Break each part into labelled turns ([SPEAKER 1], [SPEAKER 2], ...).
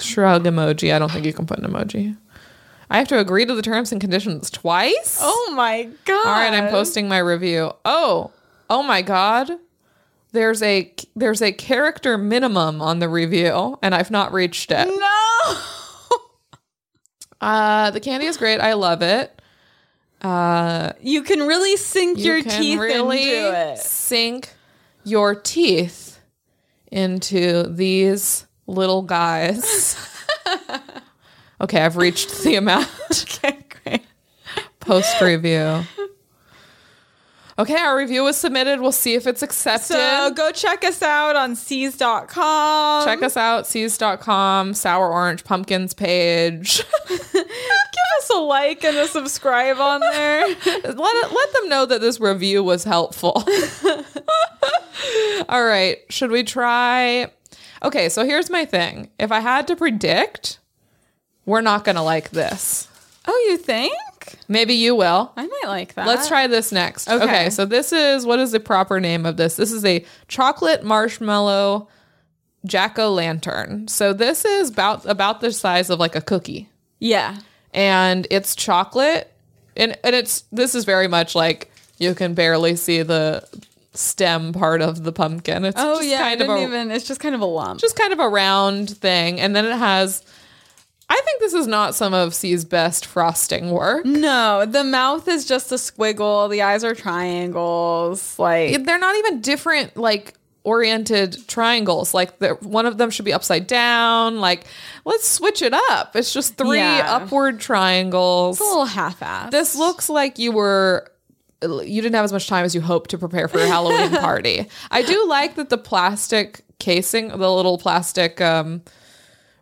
[SPEAKER 1] Shrug emoji. I don't think you can put an emoji. I have to agree to the terms and conditions twice.
[SPEAKER 2] Oh my god!
[SPEAKER 1] All right, I'm posting my review. Oh, oh my god. There's a there's a character minimum on the review and I've not reached
[SPEAKER 2] Mm.
[SPEAKER 1] it.
[SPEAKER 2] No.
[SPEAKER 1] Uh the candy is great. I love it. Uh
[SPEAKER 2] You can really sink your
[SPEAKER 1] you can
[SPEAKER 2] teeth
[SPEAKER 1] really
[SPEAKER 2] into it.
[SPEAKER 1] sink your teeth into these little guys. okay, I've reached the amount.
[SPEAKER 2] Okay, great.
[SPEAKER 1] post review. Okay, our review was submitted. We'll see if it's accepted.
[SPEAKER 2] So go check us out on C's.com.
[SPEAKER 1] Check us out, seas.com, Sour Orange Pumpkins page.
[SPEAKER 2] Give us a like and a subscribe on there.
[SPEAKER 1] let, it- let them know that this review was helpful. All right, should we try? Okay, so here's my thing. If I had to predict, we're not going to like this.
[SPEAKER 2] oh, you think?
[SPEAKER 1] Maybe you will.
[SPEAKER 2] I might like that.
[SPEAKER 1] Let's try this next. Okay.
[SPEAKER 2] Okay.
[SPEAKER 1] so this is what is the proper name of this? This is a chocolate marshmallow jack o' lantern. So this is about about the size of like a cookie,
[SPEAKER 2] Yeah.
[SPEAKER 1] and it's chocolate, and and it's this is very much like you can barely see the stem part of the pumpkin. It's
[SPEAKER 2] Oh
[SPEAKER 1] just
[SPEAKER 2] yeah. I
[SPEAKER 1] kind of
[SPEAKER 2] didn't
[SPEAKER 1] a
[SPEAKER 2] even. It's just kind of a lump.
[SPEAKER 1] just kind of a round thing, and then it has. I think this is not some of C's best frosting work.
[SPEAKER 2] no, the mouth is just a squiggle. The eyes are triangles. Like
[SPEAKER 1] it- they're not even different like oriented triangles like the, one of them should be upside down like let's switch it up it's just three
[SPEAKER 2] Yeah.
[SPEAKER 1] upward triangles
[SPEAKER 2] a little half-assed.
[SPEAKER 1] this looks like you were you didn't have as much time as you hoped to prepare for your halloween party i do like that the plastic casing the little plastic um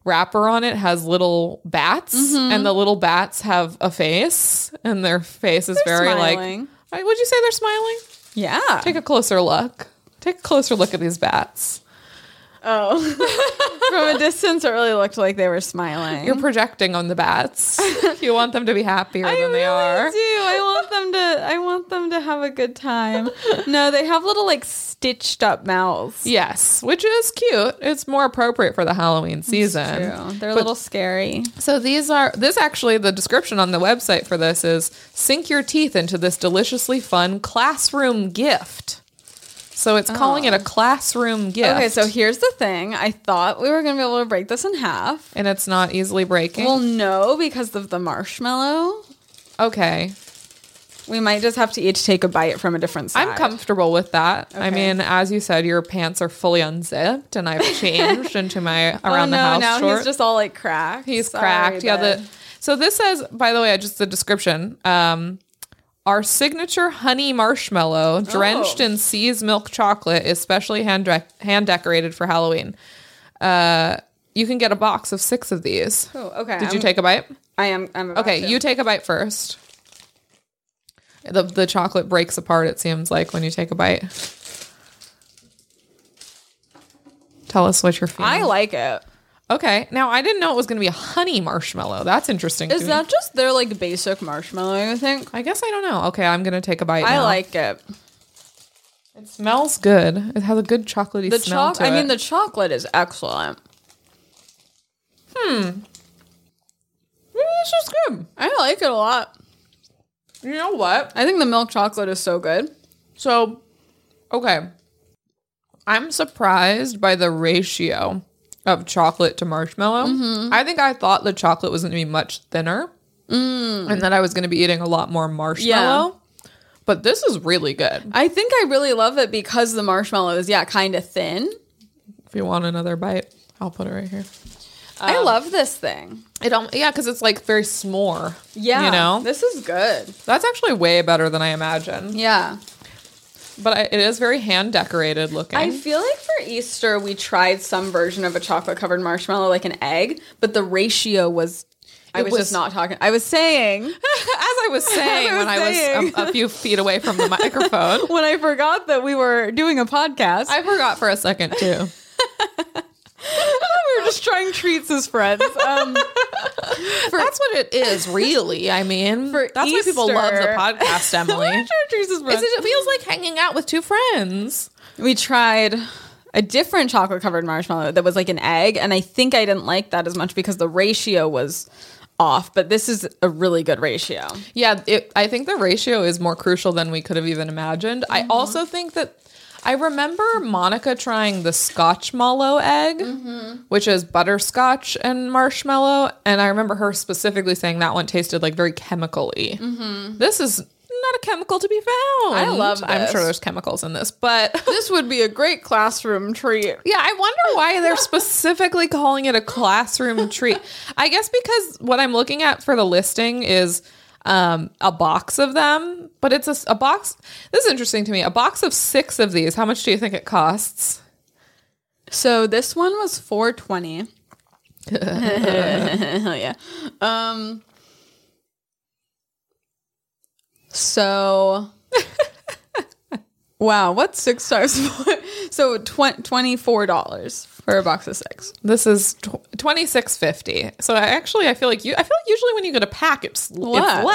[SPEAKER 1] wrapper on it has little bats
[SPEAKER 2] Mm-hmm.
[SPEAKER 1] and the little bats have a face and their face is very
[SPEAKER 2] smiling.
[SPEAKER 1] like would you say they're smiling
[SPEAKER 2] yeah.
[SPEAKER 1] Take a closer look. Take a closer look at these bats.
[SPEAKER 2] Oh. From a distance, it really looked like they were smiling.
[SPEAKER 1] You're projecting on the bats. you want them to be happier
[SPEAKER 2] Mm-hmm. I
[SPEAKER 1] than
[SPEAKER 2] really
[SPEAKER 1] they are.
[SPEAKER 2] do. I want them to. I want them to have a good time. No, they have little like stitched up mouths.
[SPEAKER 1] Yes, which is cute. It's more appropriate for the Halloween season.
[SPEAKER 2] True. They're a
[SPEAKER 1] But-
[SPEAKER 2] little scary.
[SPEAKER 1] So these are this actually the description on the website for this is sink your teeth into this deliciously fun classroom gift. So it's calling it a classroom gift.
[SPEAKER 2] Oh. Okay, so here's the thing. I thought we were gonna be able to break this in half.
[SPEAKER 1] and it's not easily breaking.
[SPEAKER 2] Well, no, because of the marshmallow.
[SPEAKER 1] okay.
[SPEAKER 2] We might just have to each take a bite from a different side.
[SPEAKER 1] I'm comfortable with that. I
[SPEAKER 2] Okay.
[SPEAKER 1] mean, as you said, your pants are fully unzipped, and I've changed into my around
[SPEAKER 2] Oh,
[SPEAKER 1] the
[SPEAKER 2] no,
[SPEAKER 1] house
[SPEAKER 2] now
[SPEAKER 1] shorts.
[SPEAKER 2] he's just all like cracked.
[SPEAKER 1] He's
[SPEAKER 2] Sorry,
[SPEAKER 1] cracked. Yeah.
[SPEAKER 2] bud.
[SPEAKER 1] The, so this says, by the way, I just the description. Um, our signature honey marshmallow, drenched
[SPEAKER 2] Oh.
[SPEAKER 1] in See's milk chocolate, is specially hand dec- hand decorated for Halloween. Uh, you can get a box of six of these.
[SPEAKER 2] Oh, okay.
[SPEAKER 1] Did you
[SPEAKER 2] I'm-
[SPEAKER 1] take a bite?
[SPEAKER 2] I am. I'm about
[SPEAKER 1] Okay,
[SPEAKER 2] to.
[SPEAKER 1] you take a bite first. The the chocolate breaks apart. It seems like when you take a bite. Tell us what you're feeling.
[SPEAKER 2] I like it.
[SPEAKER 1] okay, now I didn't know it was going to be a honey marshmallow. That's interesting. to
[SPEAKER 2] Is
[SPEAKER 1] me.
[SPEAKER 2] that just their like basic marshmallow? You think?
[SPEAKER 1] I guess I don't know. Okay, I'm going to take a bite.
[SPEAKER 2] I
[SPEAKER 1] now.
[SPEAKER 2] like it.
[SPEAKER 1] It smells good. It has a good chocolatey
[SPEAKER 2] The
[SPEAKER 1] smell
[SPEAKER 2] chocolate.
[SPEAKER 1] to
[SPEAKER 2] I mean,
[SPEAKER 1] it.
[SPEAKER 2] the chocolate is excellent.
[SPEAKER 1] Mm, it's just good.
[SPEAKER 2] I like it a lot.
[SPEAKER 1] You know what?
[SPEAKER 2] I think the milk chocolate is so good.
[SPEAKER 1] So, okay. I'm surprised by the ratio of chocolate to marshmallow. I think I thought the chocolate was going to be much thinner and that I was going to be eating a lot more marshmallow. But this is really good.
[SPEAKER 2] I think I really love it because the marshmallow is yeah, kind of thin.
[SPEAKER 1] If you want another bite, I'll put it right here.
[SPEAKER 2] I
[SPEAKER 1] Um,
[SPEAKER 2] love this thing.
[SPEAKER 1] It al- yeah, because it's like very s'more.
[SPEAKER 2] Yeah,
[SPEAKER 1] you know
[SPEAKER 2] this is good.
[SPEAKER 1] that's actually way better than I imagined.
[SPEAKER 2] Yeah,
[SPEAKER 1] But I, it is very hand decorated looking.
[SPEAKER 2] I feel like for Easter we tried some version of a chocolate covered marshmallow, like an egg, but the ratio was. I
[SPEAKER 1] It
[SPEAKER 2] was,
[SPEAKER 1] was-
[SPEAKER 2] just not talking. I was saying
[SPEAKER 1] as I was saying
[SPEAKER 2] was
[SPEAKER 1] when I was
[SPEAKER 2] saying.
[SPEAKER 1] a- a few feet away from the microphone.
[SPEAKER 2] when I forgot that we were doing a podcast.
[SPEAKER 1] I forgot for a second too.
[SPEAKER 2] we were just trying treats as friends. Um,
[SPEAKER 1] that's what it is, really. I mean,
[SPEAKER 2] For
[SPEAKER 1] that's why people love the
[SPEAKER 2] Easter-
[SPEAKER 1] podcast,
[SPEAKER 2] we were
[SPEAKER 1] Emily.
[SPEAKER 2] trying treats as
[SPEAKER 1] It's-
[SPEAKER 2] friends.
[SPEAKER 1] it feels like hanging out with two friends.
[SPEAKER 2] we tried a different chocolate covered marshmallow that was like an egg. And I think I didn't like that as much because the ratio was off, but this is a really good ratio.
[SPEAKER 1] Yeah, it, I think the ratio is more crucial than we could have even imagined. I also think that I remember Monica trying the Scotch Mallow egg, which is butterscotch and marshmallow, and I remember her specifically saying that one tasted like very chemically. This is not a chemical to be found.
[SPEAKER 2] I love
[SPEAKER 1] I'm
[SPEAKER 2] this.
[SPEAKER 1] sure there's chemicals in this, but
[SPEAKER 2] This would be a great classroom treat.
[SPEAKER 1] yeah, I wonder why they're specifically calling it a classroom treat. I guess because what I'm looking at for the listing is um, a box of them, but it's a, s- a box. This is interesting to me. A box of six of these. How much do you think it costs?
[SPEAKER 2] So this one was 420. yeah. Um So Wow, what's 6 times 4? So twen- $24 for a box of 6.
[SPEAKER 1] This is twenty six fifty. So I actually, I feel like you. I feel like usually when you get a pack, it's less.
[SPEAKER 2] Less.
[SPEAKER 1] It's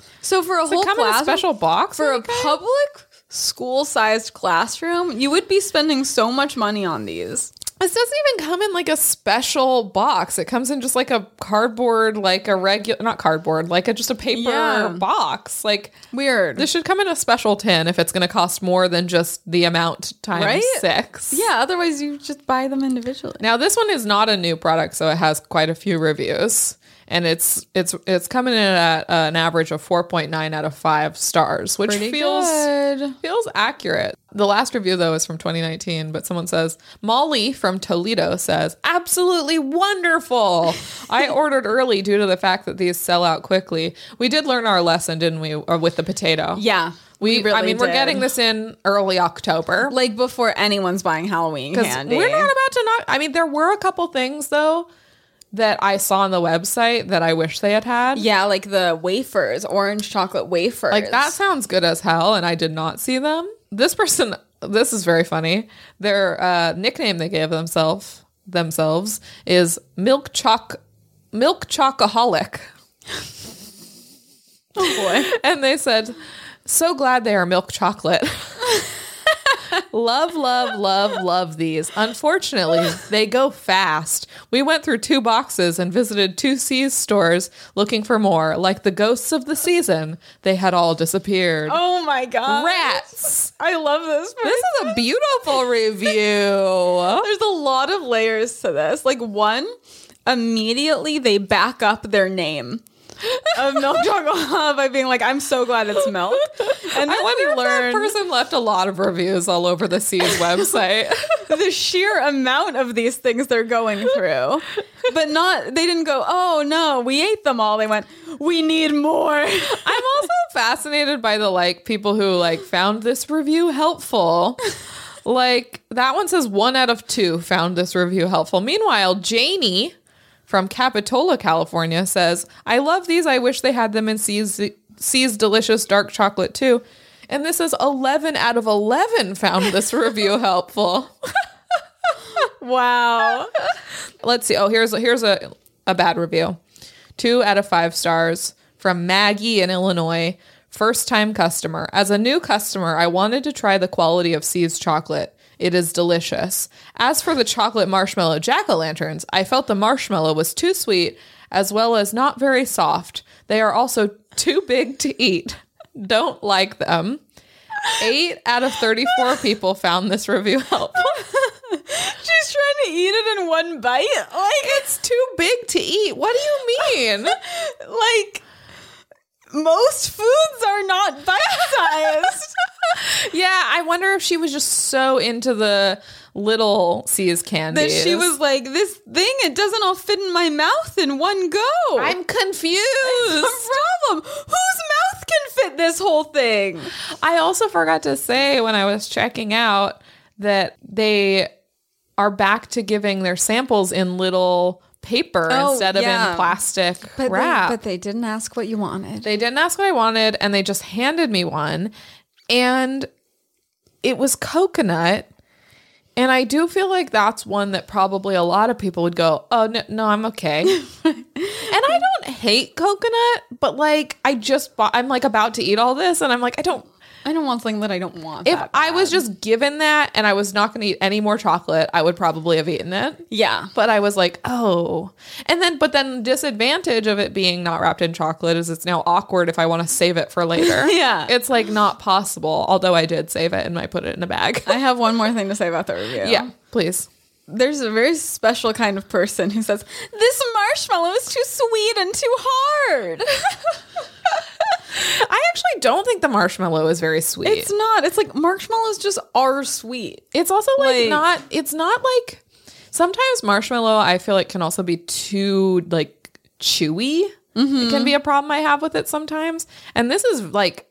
[SPEAKER 1] less.
[SPEAKER 2] So for a
[SPEAKER 1] Does
[SPEAKER 2] whole
[SPEAKER 1] it come in a
[SPEAKER 2] class
[SPEAKER 1] special box
[SPEAKER 2] for a
[SPEAKER 1] like that?
[SPEAKER 2] public school-sized classroom, you would be spending so much money on these.
[SPEAKER 1] This doesn't even come in like a special box. It comes in just like a cardboard, like a regular, not cardboard, like a just a paper
[SPEAKER 2] Yeah.
[SPEAKER 1] box. Like
[SPEAKER 2] Weird.
[SPEAKER 1] this should come in a special tin if it's going to cost more than just the amount times
[SPEAKER 2] Right?
[SPEAKER 1] six.
[SPEAKER 2] yeah, otherwise you just buy them individually.
[SPEAKER 1] Now this one is not a new product, so it has quite a few reviews, and it's it's it's coming in at uh, an average of four point nine out of five stars, which feels
[SPEAKER 2] good.
[SPEAKER 1] feels accurate. The last review though is from 2019, but someone says Molly from Toledo says, "Absolutely wonderful. I ordered early due to the fact that these sell out quickly. We did learn our lesson, didn't we? Or with the potato?
[SPEAKER 2] Yeah,
[SPEAKER 1] we. I mean, we're
[SPEAKER 2] did.
[SPEAKER 1] getting this in early October
[SPEAKER 2] like before anyone's buying Halloween
[SPEAKER 1] because
[SPEAKER 2] candy.
[SPEAKER 1] we're not about to not. I mean, there were a couple things though that I saw on the website that I wish they had had.
[SPEAKER 2] yeah, like the wafers, orange chocolate wafers.
[SPEAKER 1] Like that sounds good as hell, and I did not see them. This person, this is very funny. Their uh, nickname they gave themselves themselves is milk choc milk chocoholic,
[SPEAKER 2] Oh
[SPEAKER 1] and they said, "So glad they are milk chocolate." love, love, love, love these. Unfortunately, they go fast. We went through two boxes and visited two C's stores looking for more. Like the ghosts of the season, they had all disappeared.
[SPEAKER 2] oh my god.
[SPEAKER 1] Rats.
[SPEAKER 2] I love this.
[SPEAKER 1] This
[SPEAKER 2] This
[SPEAKER 1] is a beautiful review.
[SPEAKER 2] there's a lot of layers to this. Like one, immediately they back up their name. of milk chocolate by being like, I'm so glad it's milk. And then
[SPEAKER 1] I wonder
[SPEAKER 2] we
[SPEAKER 1] if that
[SPEAKER 2] learn
[SPEAKER 1] person left a lot of reviews all over the C's website.
[SPEAKER 2] the sheer amount of these things they're going through. But not they didn't go, oh no, we ate them all. They went, we need more.
[SPEAKER 1] I'm also fascinated by the like people who like found this review helpful. Like that one says one out of two found this review helpful. Meanwhile, Janie from Capitola, California says, I love these. I wish they had them in C's, C's delicious dark chocolate too. And this is 11 out of 11 found this review helpful.
[SPEAKER 2] Wow.
[SPEAKER 1] Let's see. Oh, here's here's a a bad review. Two out of five stars from Maggie in Illinois. First time customer. As a new customer, I wanted to try the quality of C's chocolate. It is delicious. As for the chocolate marshmallow jack o' lanterns, I felt the marshmallow was too sweet as well as not very soft. They are also too big to eat. Don't like them. Eight out of 34 people found this review helpful.
[SPEAKER 2] She's trying to eat it in one bite. Like it's
[SPEAKER 1] Too big to eat. What do you mean?
[SPEAKER 2] like most foods are not bite sized.
[SPEAKER 1] Yeah, I wonder if she was just so into the little C's candy.
[SPEAKER 2] that she was like, this thing, it doesn't all fit in my mouth in one go.
[SPEAKER 1] I'm confused.
[SPEAKER 2] the problem. Whose mouth can fit this whole thing?
[SPEAKER 1] I also forgot to say when I was checking out that they are back to giving their samples in little paper
[SPEAKER 2] Oh,
[SPEAKER 1] instead of
[SPEAKER 2] yeah.
[SPEAKER 1] in plastic wrap.
[SPEAKER 2] they didn't ask what you wanted.
[SPEAKER 1] they didn't ask what I wanted and they just handed me one and it was coconut and I do feel like that's one that probably a lot of people would go, "Oh no, no I'm okay." and I don't hate coconut, but like I just bought I'm like about to eat all this and I'm like I don't
[SPEAKER 2] I don't want something that I don't want.
[SPEAKER 1] If
[SPEAKER 2] that
[SPEAKER 1] I
[SPEAKER 2] bad.
[SPEAKER 1] was just given that and I was not going to eat any more chocolate, I would probably have eaten it.
[SPEAKER 2] yeah,
[SPEAKER 1] But I was like, oh. And then, but then, disadvantage of it being not wrapped in chocolate is it's now awkward if I want to save it for later.
[SPEAKER 2] Yeah.
[SPEAKER 1] It's like not possible, although I did save it and I put it in a bag.
[SPEAKER 2] I have one more thing to say about the review.
[SPEAKER 1] yeah, please.
[SPEAKER 2] there's a very special kind of person who says this marshmallow is too sweet and too hard.
[SPEAKER 1] I actually don't think the marshmallow is very sweet.
[SPEAKER 2] it's not. It's like marshmallows just are sweet.
[SPEAKER 1] It's also like,
[SPEAKER 2] Like-
[SPEAKER 1] not. It's not like sometimes marshmallow. I feel like can also be too like chewy. It can be a problem I have with it sometimes. And this is like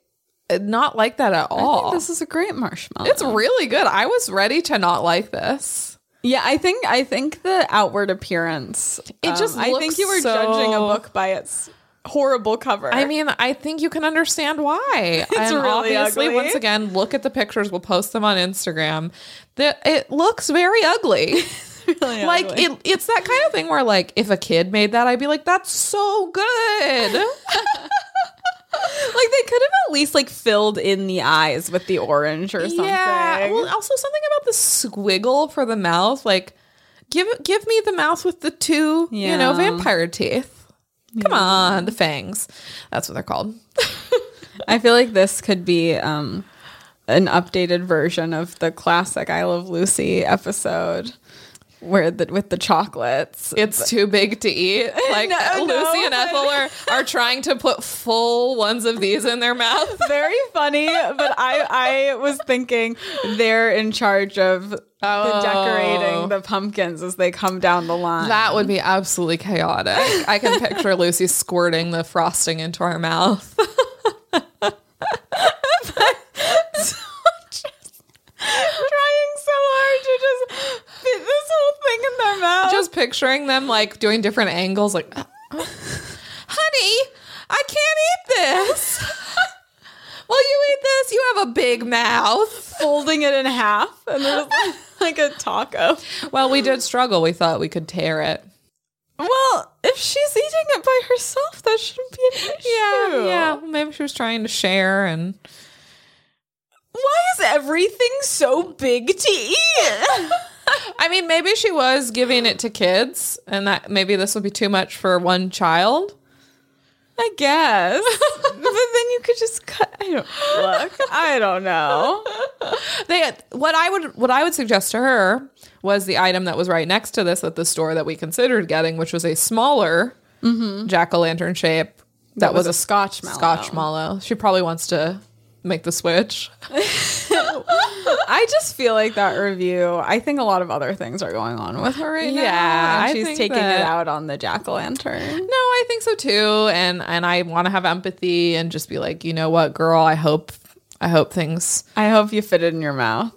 [SPEAKER 1] not like that at
[SPEAKER 2] I
[SPEAKER 1] all.
[SPEAKER 2] think this is a great marshmallow.
[SPEAKER 1] it's really good. I was ready to not like this.
[SPEAKER 2] yeah, I think I think the outward appearance. um,
[SPEAKER 1] It just
[SPEAKER 2] I think
[SPEAKER 1] looks
[SPEAKER 2] you were
[SPEAKER 1] so-
[SPEAKER 2] judging a book by its horrible cover.
[SPEAKER 1] I mean, I think you can understand why. It's
[SPEAKER 2] really
[SPEAKER 1] obviously
[SPEAKER 2] ugly.
[SPEAKER 1] once again look at the pictures. We'll post them on Instagram. That it looks very ugly.
[SPEAKER 2] Really
[SPEAKER 1] like
[SPEAKER 2] ugly.
[SPEAKER 1] it, it's that kind of thing where like if a kid made that i'd be like that's so good
[SPEAKER 2] like they could have at least like filled in the eyes with the orange or something.
[SPEAKER 1] yeah well also something about the squiggle for the mouth like give give me the mouth with the two you know
[SPEAKER 2] Yeah.
[SPEAKER 1] vampire teeth come on the fangs that's what they're called
[SPEAKER 2] I feel like this could be um, an updated version of the classic I Love Lucy episode where the, with the chocolates.
[SPEAKER 1] it's too big to eat like
[SPEAKER 2] No, no,
[SPEAKER 1] lucy and
[SPEAKER 2] but-
[SPEAKER 1] ethel are, are trying to put full ones of these in their mouth
[SPEAKER 2] Very funny, but I I was thinking they're in charge of the
[SPEAKER 1] Oh.
[SPEAKER 2] decorating the pumpkins as they come down the line.
[SPEAKER 1] that would be absolutely chaotic i can picture lucy squirting the frosting into our mouth
[SPEAKER 2] trying so hard to just fit this whole thing in their mouth.
[SPEAKER 1] just picturing them like doing different angles like honey i can't eat this well you eat this you have a big mouth
[SPEAKER 2] folding it in half and then it's like a taco.
[SPEAKER 1] well we did struggle we thought we could tear it
[SPEAKER 2] Well, if she's eating it by herself, that shouldn't be an issue.
[SPEAKER 1] yeah maybe she was trying to share and
[SPEAKER 2] Why is everything so big to eat?
[SPEAKER 1] i mean maybe she was giving it to kids and that maybe this would be too much for one child
[SPEAKER 2] I guess. but then you could just cut. I don't look. I don't know.
[SPEAKER 1] they what I would what I would suggest to her was the item that was right next to this at the store that we considered getting, which was a smaller jack o' lantern shape that, was, a
[SPEAKER 2] Scotch mallow.
[SPEAKER 1] Scotch mallow. She probably wants to make the switch.
[SPEAKER 2] I just feel like that review. I think a lot of other things are going on with her right now.
[SPEAKER 1] Yeah,
[SPEAKER 2] and
[SPEAKER 1] I
[SPEAKER 2] she's
[SPEAKER 1] think
[SPEAKER 2] taking
[SPEAKER 1] that-
[SPEAKER 2] it out on the jack o' lantern.
[SPEAKER 1] No, I think so too, and and I want to have empathy and just be like, you know what, girl, I hope I hope things
[SPEAKER 2] I hope you fit it in your mouth.